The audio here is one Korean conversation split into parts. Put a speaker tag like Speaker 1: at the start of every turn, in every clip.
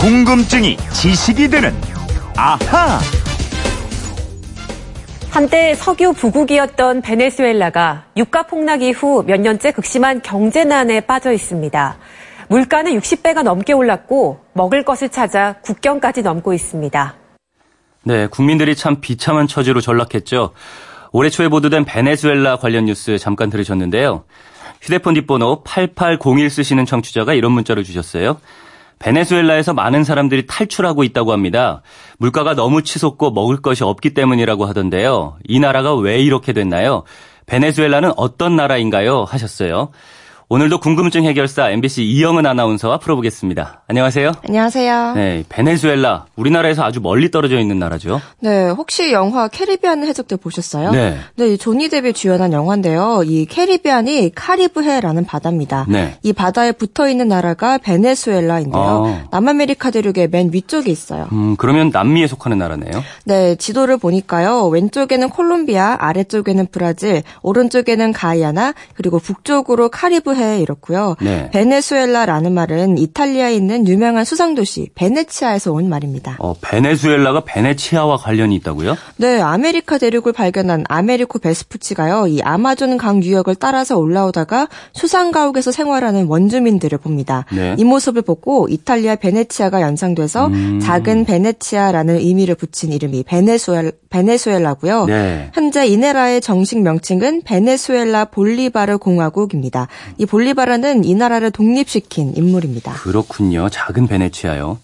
Speaker 1: 궁금증이 지식이 되는 아하.
Speaker 2: 한때 석유 부국이었던 베네수엘라가 유가 폭락 이후 몇 년째 극심한 경제난에 빠져 있습니다. 물가는 60배가 넘게 올랐고 먹을 것을 찾아 국경까지 넘고 있습니다.
Speaker 3: 네, 국민들이 참 비참한 처지로 전락했죠. 올해 초에 보도된 베네수엘라 관련 뉴스 잠깐 들으셨는데요. 휴대폰 뒷번호 8801 쓰시는 청취자가 이런 문자를 주셨어요. 베네수엘라에서 많은 사람들이 탈출하고 있다고 합니다. 물가가 너무 치솟고 먹을 것이 없기 때문이라고 하던데요. 이 나라가 왜 이렇게 됐나요? 베네수엘라는 어떤 나라인가요? 하셨어요. 오늘도 궁금증 해결사 MBC 이영은 아나운서와 풀어보겠습니다. 안녕하세요.
Speaker 4: 안녕하세요. 네.
Speaker 3: 네, 베네수엘라. 우리나라에서 아주 멀리 떨어져 있는 나라죠.
Speaker 4: 네, 혹시 영화 캐리비안 해적들 보셨어요?
Speaker 3: 네.
Speaker 4: 네, 이 조니 데뷔 주연한 영화인데요. 이 캐리비안이 카리브해라는 바다입니다.
Speaker 3: 네.
Speaker 4: 이 바다에 붙어 있는 나라가 베네수엘라인데요.
Speaker 3: 아.
Speaker 4: 남아메리카 대륙의 맨 위쪽에 있어요.
Speaker 3: 음, 그러면 남미에 속하는 나라네요.
Speaker 4: 네, 지도를 보니까요. 왼쪽에는 콜롬비아, 아래쪽에는 브라질, 오른쪽에는 가이아나, 그리고 북쪽으로 카리브해 이렇고요.
Speaker 3: 네.
Speaker 4: 베네수엘라라는 말은 이탈리아에 있는 유명한 수상 도시 베네치아에서 온 말입니다.
Speaker 3: 어, 베네수엘라가 베네치아와 관련이 있다고요?
Speaker 4: 네, 아메리카 대륙을 발견한 아메리코 베스푸치가요, 이 아마존 강 유역을 따라서 올라오다가 수상가옥에서 생활하는 원주민들을 봅니다.
Speaker 3: 네.
Speaker 4: 이 모습을 보고 이탈리아 베네치아가 연상돼서 작은 베네치아라는 의미를 붙인 이름이 베네수엘, 베네수엘라고요.
Speaker 3: 네.
Speaker 4: 현재 이 나라의 정식 명칭은 베네수엘라 볼리바르 공화국입니다. 이 볼리바르는 이 나라를 독립시킨 인물입니다.
Speaker 3: 그렇군요. 작은 베네치아요.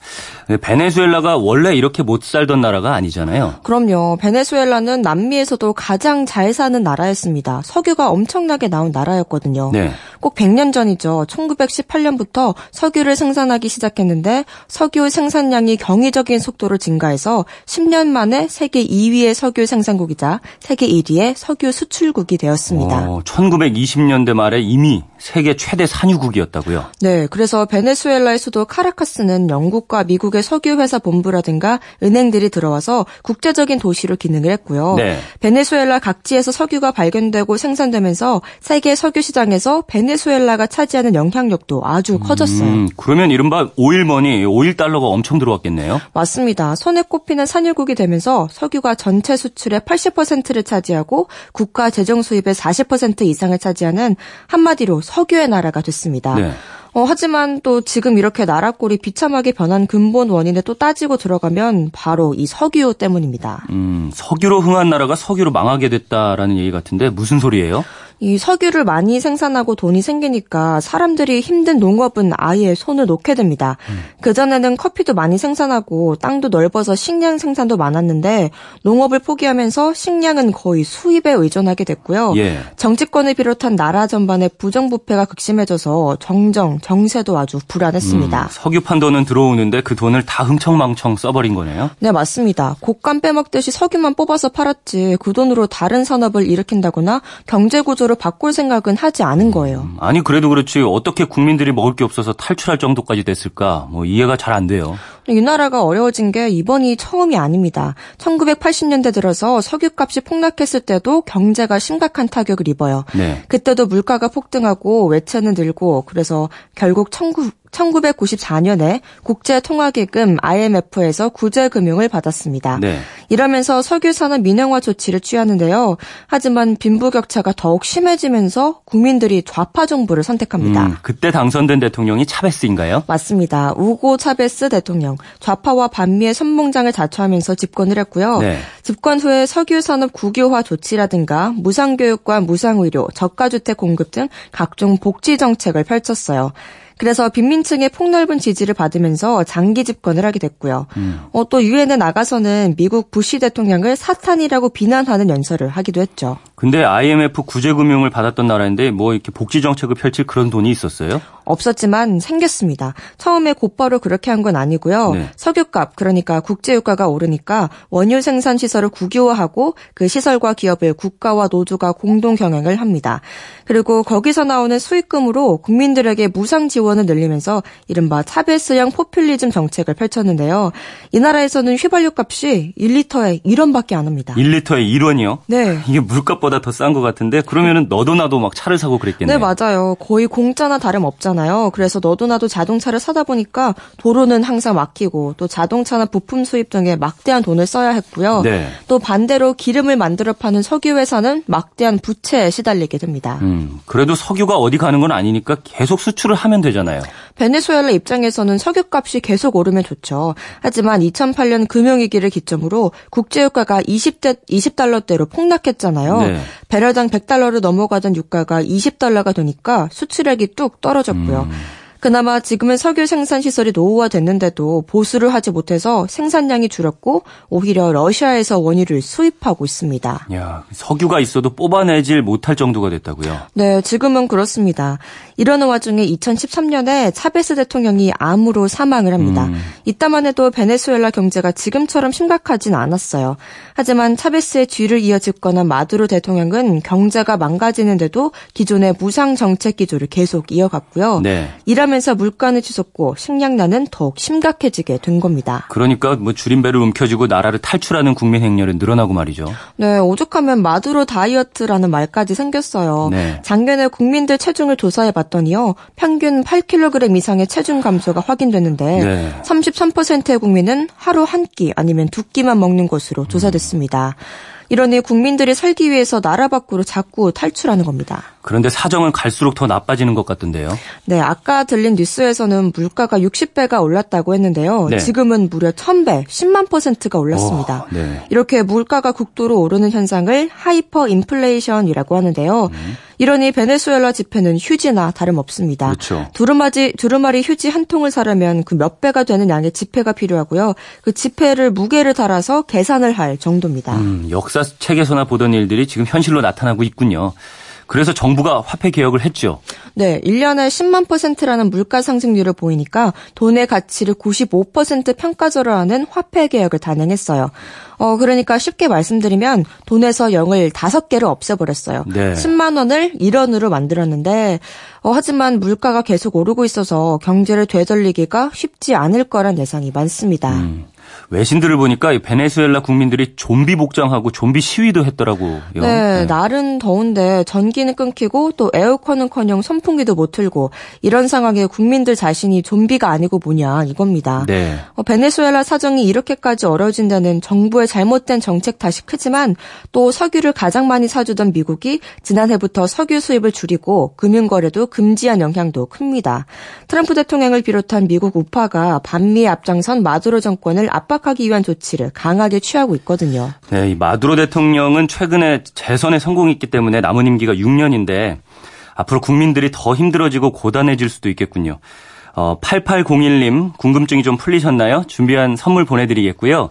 Speaker 3: 네, 베네수엘라가 원래 이렇게 못 살던 나라가 아니잖아요.
Speaker 4: 그럼요. 베네수엘라는 남미에서도 가장 잘 사는 나라였습니다. 석유가 엄청나게 나온 나라였거든요.
Speaker 3: 네.
Speaker 4: 꼭 100년 전이죠. 1918년부터 석유를 생산하기 시작했는데 석유 생산량이 경이적인 속도로 증가해서 10년 만에 세계 2위의 석유 생산국이자 세계 1위의 석유 수출국이 되었습니다.
Speaker 3: 어, 1920년대 말에 이미 세계 최대 산유국이었다고요.
Speaker 4: 네, 그래서 베네수엘라의 수도 카라카스는 영국과 미국의 석유회사 본부라든가 은행들이 들어와서 국제적인 도시로 기능을 했고요.
Speaker 3: 네.
Speaker 4: 베네수엘라 각지에서 석유가 발견되고 생산되면서 세계 석유 시장에서 베네수엘라가 차지하는 영향력도 아주 커졌어요.
Speaker 3: 음, 그러면 이른바 오일머니, 오일달러가 엄청 들어왔겠네요.
Speaker 4: 맞습니다. 손에 꼽히는 산유국이 되면서 석유가 전체 수출의 80%를 차지하고 국가 재정 수입의 40% 이상을 차지하는 한마디로 석유의 나라가 됐습니다.
Speaker 3: 네.
Speaker 4: 어, 하지만 또 지금 이렇게 나라 꼴이 비참하게 변한 근본 원인에 또 따지고 들어가면 바로 이 석유 때문입니다.
Speaker 3: 음, 석유로 흥한 나라가 석유로 망하게 됐다라는 얘기 같은데 무슨 소리예요?
Speaker 4: 이 석유를 많이 생산하고 돈이 생기니까 사람들이 힘든 농업은 아예 손을 놓게 됩니다.
Speaker 3: 음.
Speaker 4: 그전에는 커피도 많이 생산하고 땅도 넓어서 식량 생산도 많았는데 농업을 포기하면서 식량은 거의 수입에 의존하게 됐고요.
Speaker 3: 예.
Speaker 4: 정치권을 비롯한 나라 전반의 부정부패가 극심해져서 정정, 정세도 아주 불안했습니다.
Speaker 3: 음, 석유판 돈은 들어오는데 그 돈을 다 흥청망청 써버린 거네요.
Speaker 4: 네, 맞습니다. 곡간 빼먹듯이 석유만 뽑아서 팔았지 그 돈으로 다른 산업을 일으킨다거나 경제 구조를 바꿀 생각은 하지 않은 거예요.
Speaker 3: 아니 그래도 그렇지 어떻게 국민들이 먹을 게 없어서 탈출할 정도까지 됐을까? 뭐 이해가 잘 안 돼요.
Speaker 4: 이 나라가 어려워진 게 이번이 처음이 아닙니다. 1980년대 들어서 석유값이 폭락했을 때도 경제가 심각한 타격을 입어요.
Speaker 3: 네.
Speaker 4: 그때도 물가가 폭등하고 외채는 늘고 그래서 결국 1994년에 국제통화기금 IMF에서 구제금융을 받았습니다.
Speaker 3: 네.
Speaker 4: 이러면서 석유산업 민영화 조치를 취하는데요. 하지만 빈부격차가 더욱 심해지면서 국민들이 좌파 정부를 선택합니다.
Speaker 3: 음, 그때 당선된 대통령이 차베스인가요?
Speaker 4: 맞습니다. 우고 차베스 대통령 좌파와 반미의 선봉장을 자처하면서 집권을 했고요.
Speaker 3: 네.
Speaker 4: 집권 후에 석유산업 국유화 조치라든가 무상교육과 무상의료, 저가주택 공급 등 각종 복지 정책을 펼쳤어요. 그래서 빈민층의 폭넓은 지지를 받으면서 장기 집권을 하게 됐고요.
Speaker 3: 음.
Speaker 4: 어, 또 유엔에 나가서는 미국 부시 대통령을 사탄이라고 비난하는 연설을 하기도 했죠.
Speaker 3: 근데 IMF 구제금융을 받았던 나라인데 뭐 이렇게 복지 정책을 펼칠 그런 돈이 있었어요?
Speaker 4: 없었지만 생겼습니다. 처음에 곧바로 그렇게 한 건 아니고요.
Speaker 3: 네.
Speaker 4: 석유값 그러니까 국제유가가 오르니까 원유 생산 시설을 국유화하고 그 시설과 기업을 국가와 노조가 공동 경영을 합니다. 그리고 거기서 나오는 수익금으로 국민들에게 무상 지원을 늘리면서 이른바 차베스형 포퓰리즘 정책을 펼쳤는데요. 이 나라에서는 휘발유 값이 1리터에 1원밖에 안 합니다.
Speaker 3: 1리터에 1원이요?
Speaker 4: 네.
Speaker 3: 이게 물값보다 생각보다 더 싼 것 같은데 그러면은 너도 나도 막 차를 사고 그랬겠네요.
Speaker 4: 네, 맞아요. 거의 공짜나 다름 없잖아요. 그래서 너도 나도 자동차를 사다 보니까 도로는 항상 막히고 또 자동차나 부품 수입 등에 막대한 돈을 써야 했고요.
Speaker 3: 네.
Speaker 4: 또 반대로 기름을 만들어 파는 석유 회사는 막대한 부채에 시달리게 됩니다.
Speaker 3: 음, 그래도 석유가 어디 가는 건 아니니까 계속 수출을 하면 되잖아요.
Speaker 4: 베네수엘라 입장에서는 석유값이 계속 오르면 좋죠. 하지만 2008년 금융위기를 기점으로 국제유가가 20대, 20달러대로 폭락했잖아요.
Speaker 3: 네.
Speaker 4: 배럴당 100달러를 넘어가던 유가가 20달러가 되니까 수출액이 뚝 떨어졌고요. 그나마 지금은 석유 생산 시설이 노후화됐는데도 보수를 하지 못해서 생산량이 줄었고 오히려 러시아에서 원유를 수입하고 있습니다.
Speaker 3: 야, 석유가 있어도 뽑아내질 못할 정도가 됐다고요.
Speaker 4: 네, 지금은 그렇습니다. 이러는 와중에 2013년에 차베스 대통령이 암으로 사망을 합니다. 이따만 해도 베네수엘라 경제가 지금처럼 심각하진 않았어요. 하지만 차베스의 뒤를 이어집거나 마두로 대통령은 경제가 망가지는데도 기존의 무상 정책 기조를 계속 이어갔고요.
Speaker 3: 네.
Speaker 4: 일하면서 물가는 치솟고 식량난은 더욱 심각해지게 된 겁니다.
Speaker 3: 그러니까 뭐 줄임배를 움켜쥐고 나라를 탈출하는 국민 행렬은 늘어나고 말이죠.
Speaker 4: 네, 오죽하면 마두로 다이어트라는 말까지 생겼어요.
Speaker 3: 네.
Speaker 4: 작년에 국민들 체중을 조사해 봤더니요. 평균 8kg 이상의 체중 감소가 확인됐는데
Speaker 3: 네.
Speaker 4: 33%의 국민은 하루 한 끼 아니면 두 끼만 먹는 것으로 조사됐습니다. 이러니 국민들이 살기 위해서 나라 밖으로 자꾸 탈출하는 겁니다.
Speaker 3: 그런데 사정은 갈수록 더 나빠지는 것 같던데요.
Speaker 4: 네, 아까 들린 뉴스에서는 물가가 60배가 올랐다고 했는데요.
Speaker 3: 네.
Speaker 4: 지금은 무려 1000배, 10만 퍼센트가 올랐습니다.
Speaker 3: 오, 네.
Speaker 4: 이렇게 물가가 국도로 오르는 현상을 하이퍼 인플레이션이라고 하는데요. 이러니 베네수엘라 지폐는 휴지나 다름없습니다.
Speaker 3: 음. 그렇죠.
Speaker 4: 두루마지, 두루마리 휴지 한 통을 사려면 그 몇 배가 되는 양의 지폐가 필요하고요. 그 지폐를 무게를 달아서 계산을 할 정도입니다.
Speaker 3: 음, 역사 책에서나 보던 일들이 지금 현실로 나타나고 있군요. 그래서 정부가 화폐 개혁을 했죠.
Speaker 4: 네, 1년에 10만 퍼센트라는 물가 상승률을 보이니까 돈의 가치를 95% 평가절하하는 화폐 개혁을 단행했어요. 어, 그러니까 쉽게 말씀드리면 돈에서 0을 5개를 없애버렸어요.
Speaker 3: 네.
Speaker 4: 10만 원을 1원으로 만들었는데 어, 하지만 물가가 계속 오르고 있어서 경제를 되돌리기가 쉽지 않을 거란 예상이 많습니다.
Speaker 3: 음, 외신들을 보니까 이 베네수엘라 국민들이 좀비 복장하고 좀비 시위도 했더라고요.
Speaker 4: 네, 날은 더운데 전기는 끊기고 또 에어컨은커녕 선풍기도 못 틀고 이런 상황에 국민들 자신이 좀비가 아니고 뭐냐 이겁니다.
Speaker 3: 네.
Speaker 4: 어, 베네수엘라 사정이 이렇게까지 어려워진다는 정부의 잘못된 정책 탓이 크지만 또 석유를 가장 많이 사주던 미국이 지난해부터 석유 수입을 줄이고 금융 거래도 금지한 영향도 큽니다. 트럼프 대통령을 비롯한 미국 우파가 반미에 앞장선 마두로 정권을 압박하기 위한 조치를 강하게 취하고 있거든요.
Speaker 3: 네, 이 마두로 대통령은 최근에 재선에 성공했기 때문에 남은 임기가 6년인데 앞으로 국민들이 더 힘들어지고 고단해질 수도 있겠군요. 어, 8801님 궁금증이 좀 풀리셨나요? 준비한 선물 보내드리겠고요.